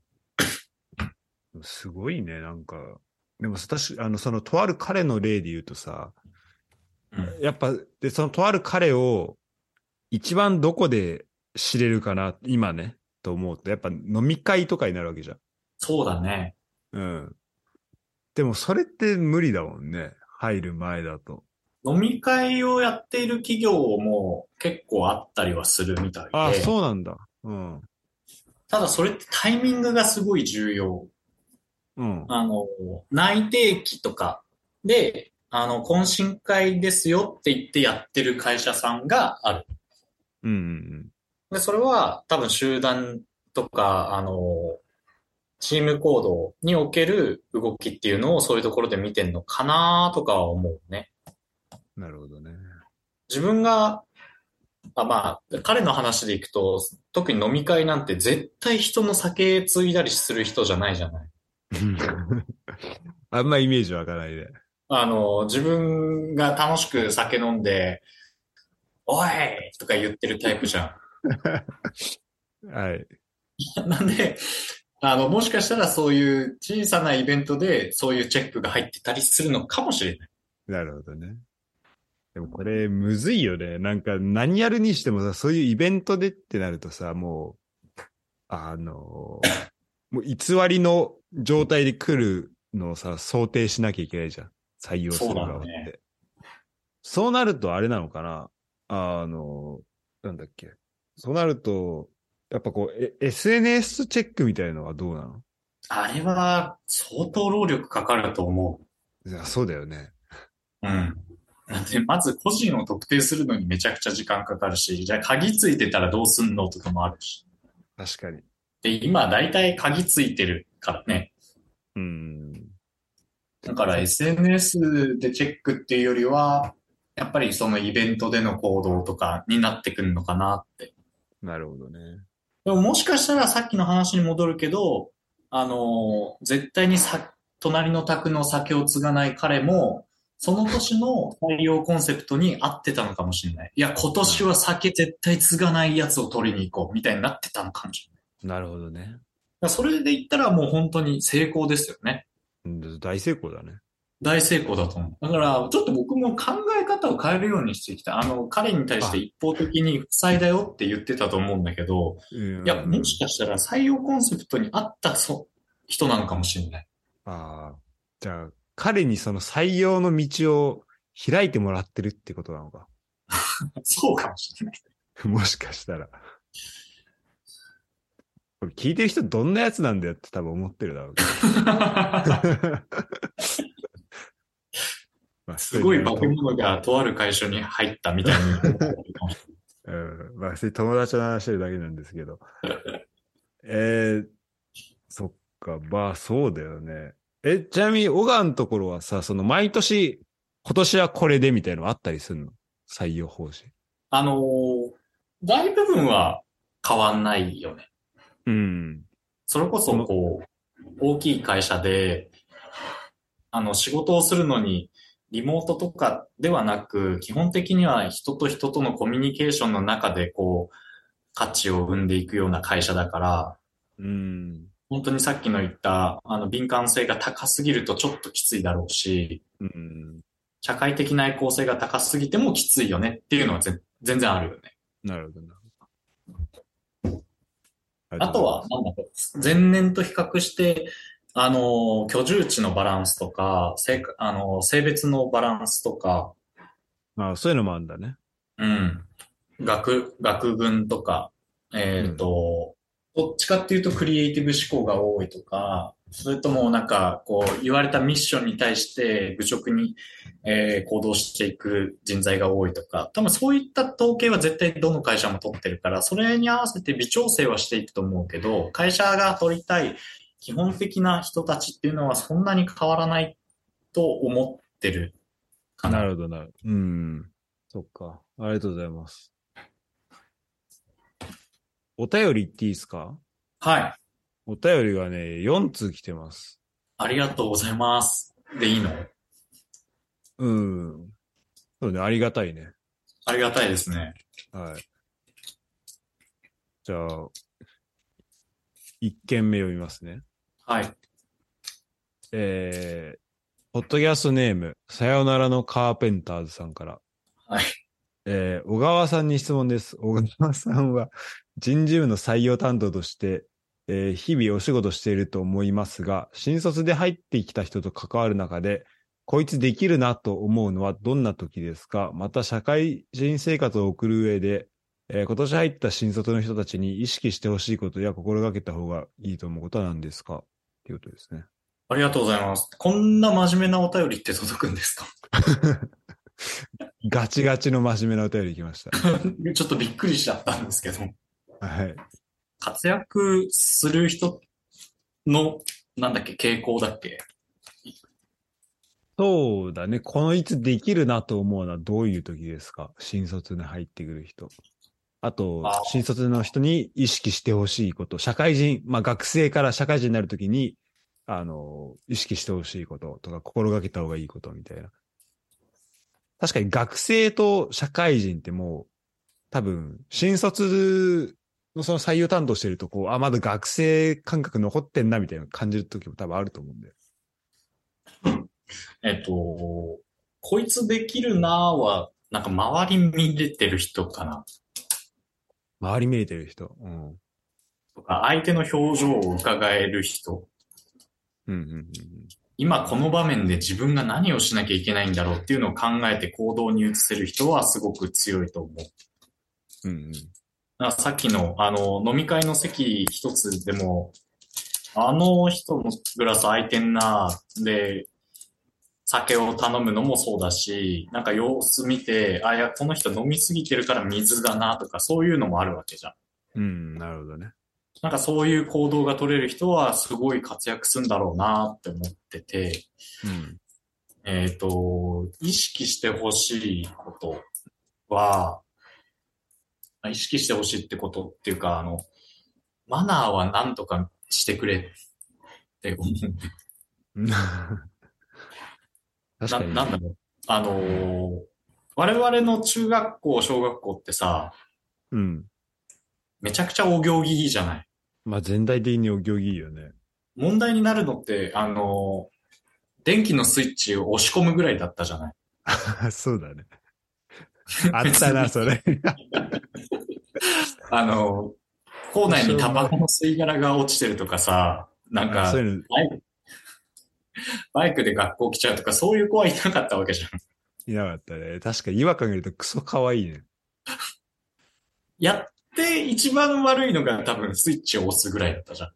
A: すごいね、なんか。でも、確かあの、その、とある彼の例で言うとさ、
B: うん
A: やっぱ、で、その、とある彼を、一番どこで知れるかな、今ね、と思うと、やっぱ飲み会とかになるわけじゃん。
B: そうだね。
A: うん。でも、それって無理だもんね。入る前だと。
B: 飲み会をやっている企業も結構あったりはするみたいで。
A: あ、そうなんだ。うん。
B: ただそれってタイミングがすごい重要。
A: うん。
B: あの、内定期とかで、あの、懇親会ですよって言ってやってる会社さんがある。
A: うんうん
B: で、それは多分集団とか、あの、チーム行動における動きっていうのをそういうところで見てんのかなとかは思うね。
A: うん。なるほどね。
B: 自分が、あまあ、彼の話でいくと、特に飲み会なんて絶対人の酒継いだりする人じゃないじゃない。
A: あんまイメージ湧かないで。
B: あの、自分が楽しく酒飲んで、おいとか言ってるタイプじゃ
A: はい。
B: ん。 なんで、あの、もしかしたらそういう小さなイベントでそういうチェックが入ってたりするのかもしれない。
A: なるほどね。でもこれ、むずいよね。なんか、何やるにしてもさ、そういうイベントでってなるとさ、もう、あのー もう偽りの状態で来るのをさ、想定しなきゃいけないじゃん。採用する側っ
B: そうだ
A: て。そうなると、あれなのかなあのーなんだっけ。そうなると、やっぱこう、え SNS チェックみたいのはどうなの
B: あれは相当労力かかると思
A: いや、そうだよね。
B: う。うん。なんで、まず個人を特定するのにめちゃくちゃ時間かかるし、じゃあ鍵ついてたらどうすんのとかもあるし。
A: 確かに。
B: で、今大体鍵ついてるからね。
A: うん。
B: だから SNS でチェックっていうよりは、やっぱりそのイベントでの行動とかになってくるのかなって。
A: なるほどね。
B: でももしかしたらさっきの話に戻るけど、あのー絶対にさ、隣の宅の酒を継がない彼も、その年の採用コンセプトに合ってたのかもしれない。いや、今年は酒絶対継がないやつを取りに行こう、みたいになってたのかもしれな
A: な
B: い。
A: るほどね。
B: だからそれで言ったらもう本当に成功ですよね。
A: うん大成功だね。
B: 大成功だと思う。だから、ちょっと僕も考え方を変えるようにしてきた。あの、彼に対して一方的に負債だよって言ってたと思うんだけど、
A: い
B: いや、もしかしたら採用コンセプトに合ったそ人なのかもしれない。
A: ああ。じゃあ、彼にその採用の道を開いてもらってるってことなのか。
B: そうかもしれない。
A: もしかしたら。これ聞いてる人どんなやつなんだよって多分思ってるだろうけ ど。まあ
B: すごい
A: バ
B: 化け物がとある会社に入ったみたいに 思ってるかもし
A: うんまあ、普通に友達の話してるだけなんです けど。えー、そっか、まあそうだよね。え、ちなみに、小川のところはさ、その毎年、今年はこれでみたいなのあったりするの採用方針。
B: あのー大部分は変わんないよね。
A: うん。
B: それこそ、こう、大きい会社で、あの、仕事をするのに、リモートとかではなく、基本的には人と人とのコミュニケーションの中で、こう、価値を生んでいくような会社だから、
A: うん。
B: 本当にさっきの言った、あの、敏感性が高すぎるとちょっときついだろうし、
A: うん。
B: 社会的内向性が高すぎてもきついよねっていうのはぜ全然あるよね。
A: なるほどな。
B: あとは、なんだろう、前年と比較して、あの、居住地のバランスとか、性格、あの、性別のバランスとか、
A: まあ、そういうのもあるんだね。
B: うん、学、学群とか、えっと、どっちかっていうとクリエイティブ思考が多いとか、それともなんか、こう、言われたミッションに対して愚直に、えー行動していく人材が多いとか、多分そういった統計は絶対どの会社も取ってるから、それに合わせて微調整はしていくと思うけど、会社が取りたい基本的な人たちっていうのはそんなに変わらないと思ってるか
A: な
B: な。
A: るほど、なるほど。うん。そっか。ありがとうございます。お便り言っていいですか
B: はい。
A: お便りがね、4通来てます。
B: ありがとうございます。でいいの
A: うん。そうね、ありがたいね。
B: ありがたいですね。
A: はい。じゃあ、1件目読みますね。
B: はい。
A: えー、ポッドキャストネーム、さよならのカーペンターズさんから。
B: はい。
A: えー小川さんに質問です。小川さんは人事部の採用担当として、えー日々お仕事していると思いますが、新卒で入ってきた人と関わる中で、こいつできるなと思うのはどんな時ですかまた社会人生活を送る上で、えー今年入った新卒の人たちに意識してほしいことや心がけた方がいいと思うことは何ですかっていうことですね。
B: ありがとうございます。こんな真面目なお便りって届くんですか
A: ガチガチの真面目なお便り来ました。
B: ちょっとびっくりしちゃったんですけど。
A: はい。
B: 活躍する人の、なんだっけ、傾向だっけ。
A: そうだね。このいつできるなと思うのはどういう時ですか新卒に入ってくる人。あと
B: あ、
A: 新卒の人に意識してほしいこと。社会人、まあ学生から社会人になるときに、あの、意識してほしいこととか心がけた方がいいことみたいな。確かに学生と社会人ってもう、多分、新卒のその採用担当してると、こう、あ、まだ学生感覚残ってんなみたいな感じる時も多分あると思うんだよ。
B: えっと、こいつできるなぁは、なんか周り見れてる人かな。
A: 周り見えてる人。うん。
B: とか、相手の表情を伺える人。
A: うんうんうんうん。
B: 今この場面で自分が何をしなきゃいけないんだろうっていうのを考えて行動に移せる人はすごく強いと思う。
A: うんうん、
B: あさっきの、あの、飲み会の席一つでも、あの人のグラス空いてんな、で、酒を頼むのもそうだし、なんか様子見て、あ、いや、この人飲みすぎてるから水だな、とか、そういうのもあるわけじゃん。
A: うん、なるほどね。
B: なんかそういう行動が取れる人は、すごい活躍するんだろうな、って思ってて、
A: うん。
B: えっ、と、意識してほしいことは、まあ意識してほしいってことっていうか、あの、マナーは何とかしてくれって思う。
A: 確
B: な
A: かに。
B: なんだろう。あのー我々の中学校、小学校ってさ、
A: うん。
B: めちゃくちゃお行儀いいじゃない。
A: まあ、全体的にお行儀いいよね。
B: 問題になるのって、あのー電気のスイッチを押し込むぐらいだったじゃない。
A: そうだね。あったな、それ。
B: あのー校内にタバコの吸い殻が落ちてるとかさ、なんか、
A: そういうの
B: バイクバイクで学校来ちゃうとか、そういう子はいなかったわけじゃん。
A: いなかったね。確かに違和感がいるとクソ可愛いね。
B: やって一番悪いのが多分スイッチを押すぐらいだったじゃ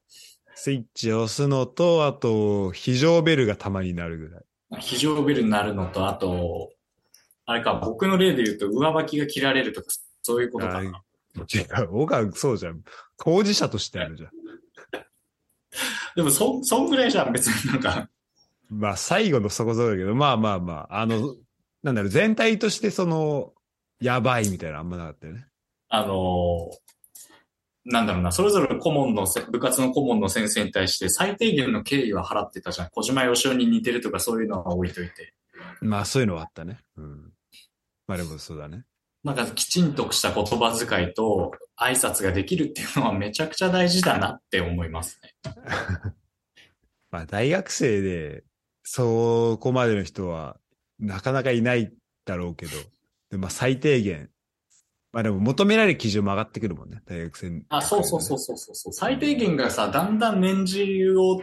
A: スイッチを押すのと、あと、非常ベルがたまになるぐらい。
B: ん。非常ベルになるのと、あと、あれか、僕の例で言うと上履きが切られるとか、そういうことかな。
A: 違う、僕はそうじゃん。当事者としてあるじゃん。
B: でも、そ、そんぐらいじゃん、別になんか。
A: まあ、最後のそこそこだけど、まあまあまあ、あの、なんだろう、全体としてその、やばいみたいなのあんまなかったよね。
B: あのーなんだろうな、それぞれ顧問のせ、部活の顧問の先生に対して最低限の敬意は払ってたじゃん。小島よしおに似てるとかそういうのは置いといて。
A: まあ、そういうのはあったね。うん。まあでもそうだね。
B: なんかきちんとした言葉遣いと挨拶ができるっていうのはめちゃくちゃ大事だなって思いますね。
A: まあ、大学生で、そこまでの人は、なかなかいないだろうけど、でまあ、最低限。まあでも、求められる基準も上がってくるもんね、大学生。。
B: あ、そうそうそううそうそうそう。最低限がさ、だんだん年次を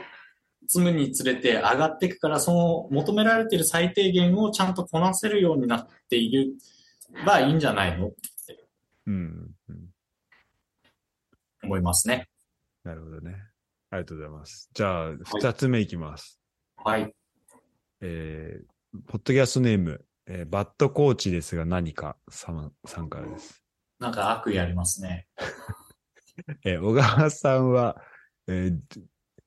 B: 積むにつれて上がっていくから、その求められてる最低限をちゃんとこなせるようになっているばいいんじゃないのと
A: うん。うん
B: 思いますね。
A: なるほどね。ありがとうございます。じゃあ、二つ目いきます。
B: はい。
A: えーポッドキャストネーム、えーバッドコーチですが何かさんさんからです。
B: なんか悪意ありますね。
A: えー小川さんは、えー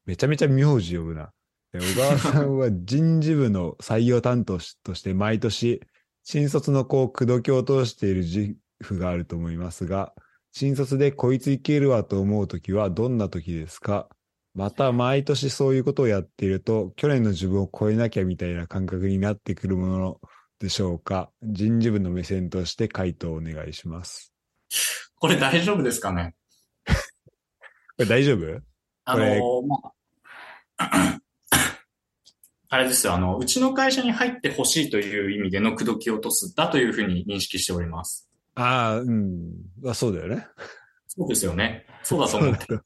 A: めちゃめちゃ名字呼ぶな。で小川さんは人事部の採用担当しとして毎年、新卒の子を口説き落としている自負があると思いますが、新卒でこいついけるわと思うときはどんなときですかまた毎年そういうことをやっていると、去年の自分を超えなきゃみたいな感覚になってくるものでしょうか人事部の目線として回答をお願いします。
B: これ大丈夫ですかね
A: これ大丈夫
B: あ
A: これ
B: の、まあ、 あれですよ、あの、うちの会社に入ってほしいという意味での口説き落とすだというふうに認識しております。
A: ああ、うん。あ、そうだよね。
B: そうですよね。そうだと
A: そ
B: 思
A: う
B: う
A: だ。と。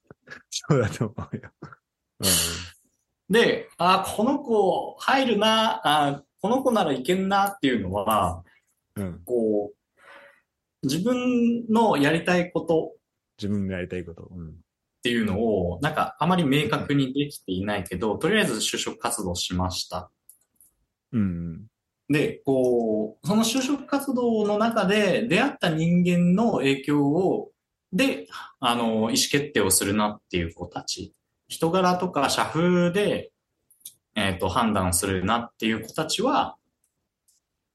A: そうだと思うよ。う
B: で、あ、この子入るな、あ、この子ならいけんなっていうのは、
A: ん。うん。
B: こう、自分のやりたいこと
A: 自分のやりたいこと。うん。
B: っていうのを、なんかあまり明確にできていないけど、とりあえず就職活動しました。
A: うん。
B: で、こう、その就職活動の中で出会った人間の影響を、で、あの、意思決定をするなっていう子たち、人柄とか社風で、えっ、と、判断するなっていう子たちは、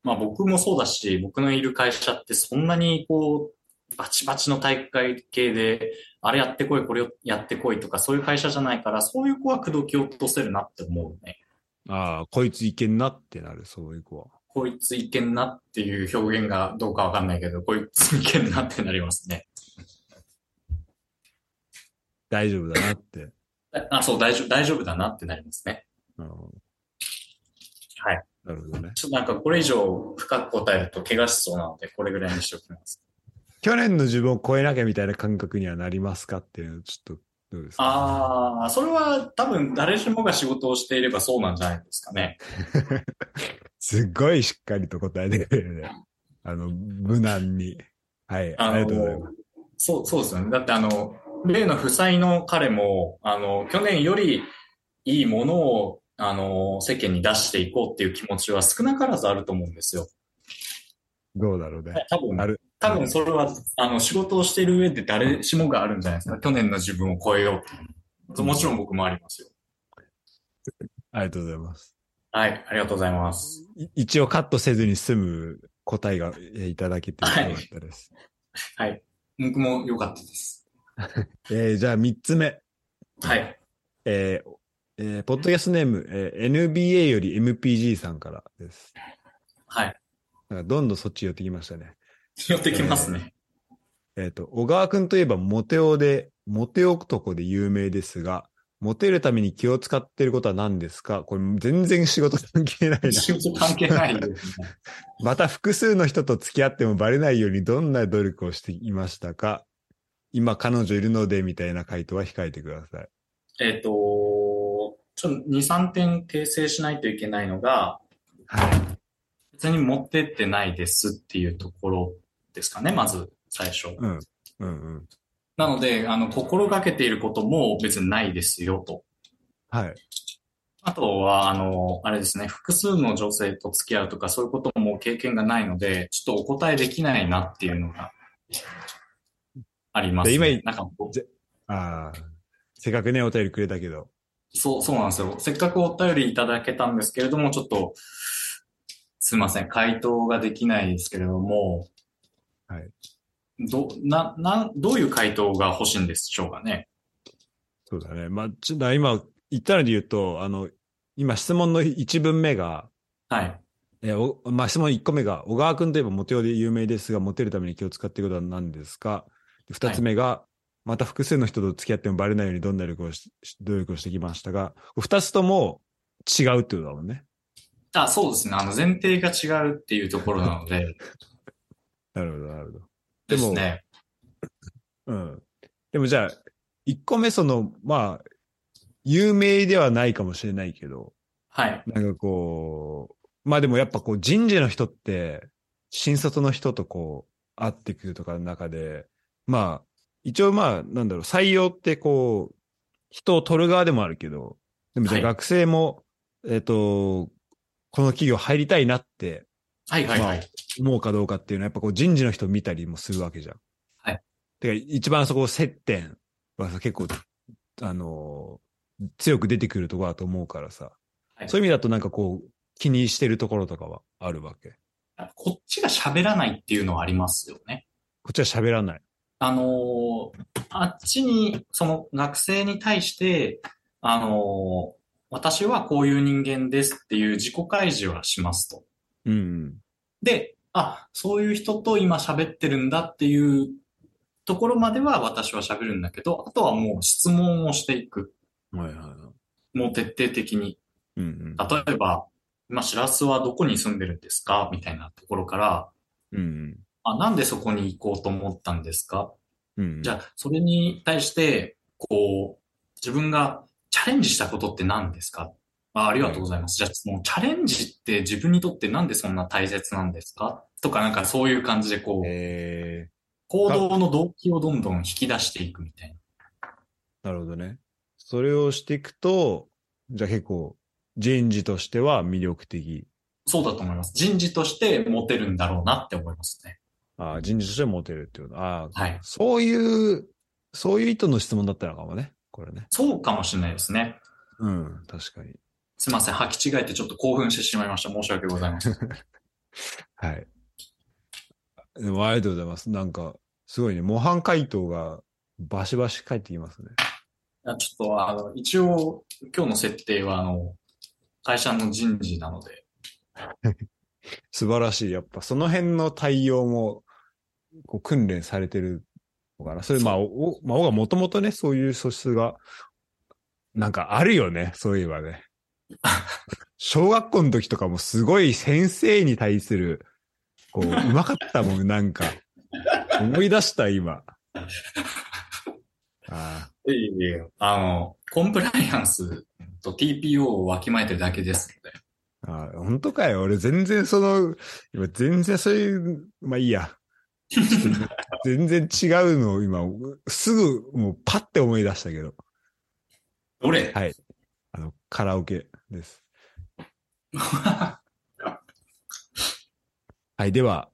B: まあ僕もそうだし、僕のいる会社ってそんなにこう、バチバチの体育会系で、あれやってこい、これやってこいとか、そういう会社じゃないから、そういう子は口説き落とせるなって思うね。
A: ああ、こいついけんなってなる、そういう子は。
B: こいついけんなっていう表現がどうかわかんないけど、こいついけんなってなりますね。
A: 大丈夫だなって。
B: あ、そう、大丈夫、大丈夫だなってなりますね。
A: なるほど。
B: はい。
A: なるほどね。
B: ちょっとなんかこれ以上深く答えると怪我しそうなので、これぐらいにしておきます。
A: 去年の自分を超えなきゃみたいな感覚にはなりますかっていうの、ちょっと、どうですか、
B: あー、それは多分誰しもが仕事をしていればそうなんじゃないですかね。
A: すっごいしっかりと答えてくれ るね。あの、無難に。はい。あ
B: の
A: りがとうございます。
B: そう、そうですよね。だってあの、例の負債の彼も、あの、去年よりいいものを、あの、世間に出していこうっていう気持ちは少なからずあると思うんですよ。
A: どうだろうね。
B: 多分、
A: ある
B: 多分それは、あの、仕事をしている上で誰しもがあるんじゃないですか。去年の自分を超えようと。もちろん僕もありますよ。
A: ありがとうございます。
B: はい、ありがとうございます。
A: い一応カットせずに済む答えがえいただけてよかったです。
B: はい。僕も良かったです。
A: えーじゃあ3つ目。
B: はい。
A: えーえーポッドキャストネーム、えー NBA より MPG さんからです。
B: はい。
A: なんかどんどんそっち寄ってきましたね。
B: 寄ってきますね。
A: えっ、と、小川くんといえばモテ男で、モテ男で有名ですが、モテるために気を使ってることは何ですかこれ全然仕事関係ないな。
B: 仕事関係ないですね。
A: また複数の人と付き合ってもバレないようにどんな努力をしていましたか今彼女いるのでみたいな回答は控えてください。
B: えっ、と、ちょっと2、3点訂正しないといけないのが、
A: はい。
B: 別に持ってってないですっていうところですかね、まず最初。
A: うん。うんうん。
B: なので、あの、心がけていることも別にないですよと。
A: はい。
B: あとは、あの、あれですね、複数の女性と付き合うとかそういうことも経験がないので、ちょっとお答えできないなっていうのがあります、
A: で
B: ね。
A: 今
B: なんかこう
A: じああ。せっかくね、お便りくれたけど。
B: そう、そうなんですよ。せっかくお便りいただけたんですけれども、ちょっと、すいません、回答ができないですけれども、
A: はい。
B: ど、な、な、どういう回答が欲しいんでしょうかね。
A: そうだね。まあ、ちょっと今言ったので言うと、あの、今質問の一文目が、
B: はい。
A: えおまあ、質問1個目が、小川君といえばモテ男で有名ですが、モテるために気を使っていることは何ですかで二つ目が、また複数の人と付き合ってもバレないようにどんな努力をし努力をしてきましたが、二つとも違うってことだもんね。
B: あ、そうですね。あの、前提が違うっていうところなので、
A: なるほど、なるほど。で
B: で
A: も
B: すね。
A: うん。でもじゃあ、1個目その、まあ、有名ではないかもしれないけど、
B: はい。
A: なんかこう、まあでもやっぱこう人事の人って、新卒の人とこう、会ってくるとかの中で、まあ、一応まあ、なんだろう、採用ってこう、人を取る側でもあるけど、でもじゃあ
B: はい
A: 学生も、えっ、と、この企業入りたいなって
B: はいはいはい。
A: 思うかどうかっていうのは、やっぱこう人事の人見たりもするわけじゃん。
B: はい。
A: てか、一番そこ接点はさ、結構、あの強く出てくるところだと思うからさ、
B: はい
A: そういう意味だとなんかこう、気にしてるところとかはあるわけ。
B: こっちが喋らないっていうのはありますよね。
A: こっちは喋らない。
B: あのーあっちに、その学生に対して、あのー私はこういう人間ですっていう自己開示はしますと。
A: うん、うん。
B: で、あ、そういう人と今喋ってるんだっていうところまでは私は喋るんだけど、あとはもう質問をしていく。
A: はいはいはい。
B: もう徹底的に。
A: うんうん。
B: 例えば、今、シラスはどこに住んでるんですかみたいなところから、
A: うんうん。
B: あ、なんでそこに行こうと思ったんですか
A: うんうん、
B: じゃあ、それに対して、こう、自分がチャレンジしたことって何ですかあありがとうございます。じゃあ、そのチャレンジって自分にとってなんでそんな大切なんですかとか、なんかそういう感じで、こう、
A: え
B: 行動の動機をどんどん引き出していくみたいな。
A: ー、なるほどね。それをしていくと、じゃあ結構、人事としては魅力的。
B: そうだと思います。人事としてモテるんだろうなって思いますね。
A: ああ、人事としてモテるっていうの。ああ、
B: はい。
A: そういう、そういう意図の質問だったのかもね。これね。
B: そうかもしれないですね。
A: うん、確かに。
B: すいません。履き違えてちょっと興奮してしまいました。申し訳ございま せん。
A: はい。でもありがとうございます。なんか、すごいね、模範解答がバシバシ返ってきますね。
B: あちょっと、あの、一応、今日の設定は、あの、会社の人事なので、
A: 素晴らしい。やっぱその辺の対応も、こう、訓練されてるのかな。それ、まあ、お、まあ、おがもともとね、そういう素質が、なんかあるよね、そういえばね。小学校の時とかもすごい先生に対する、こう、うまかったもん、なんか。思い出した、今。あ
B: いえいえあの、コンプライアンスと TPO をわきまえてるだけですので、
A: ーあー、本当かよ。俺全然その、今全然そういう、まあいいや。全然違うのを今、すぐもうパッて思い出したけど、
B: どれ
A: はい。あの、カラオケです。はい、では、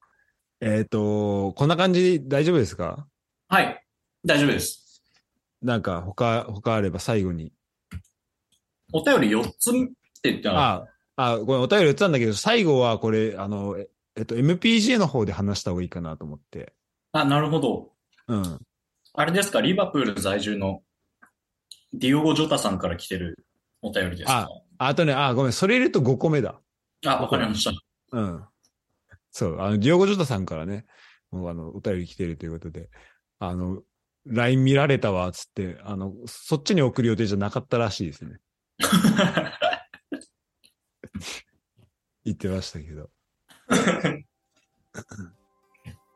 A: えっ、と、こんな感じで大丈夫ですか
B: はい。大丈夫です。
A: なんか他、他あれば最後に。
B: お便り4つって言ったら、
A: ああ、あごめん、お便り言ってたんだけど、最後はこれ、あの、ええっと、MPJ の方で話した方がいいかなと思って。
B: あ、なるほど。
A: うん。
B: あれですか、リバプール在住のディオゴ・ジョタさんから来てるお便りですか
A: あとね、あ、ごめん、それ入れると5個目だ。
B: あ、わかりました。
A: うん。そう、あの、ディオゴ・ジョタさんからね、もうあの、お便り来てるということで、あの、LINE 見られたわ、つって、あの、そっちに送る予定じゃなかったらしいですね。 言ってましたけど。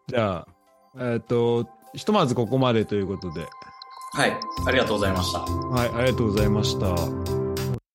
A: じゃあ、えっ、と、ひとまずここまでということで、
B: はい、ありがとうございました。
A: はい、ありがとうございました。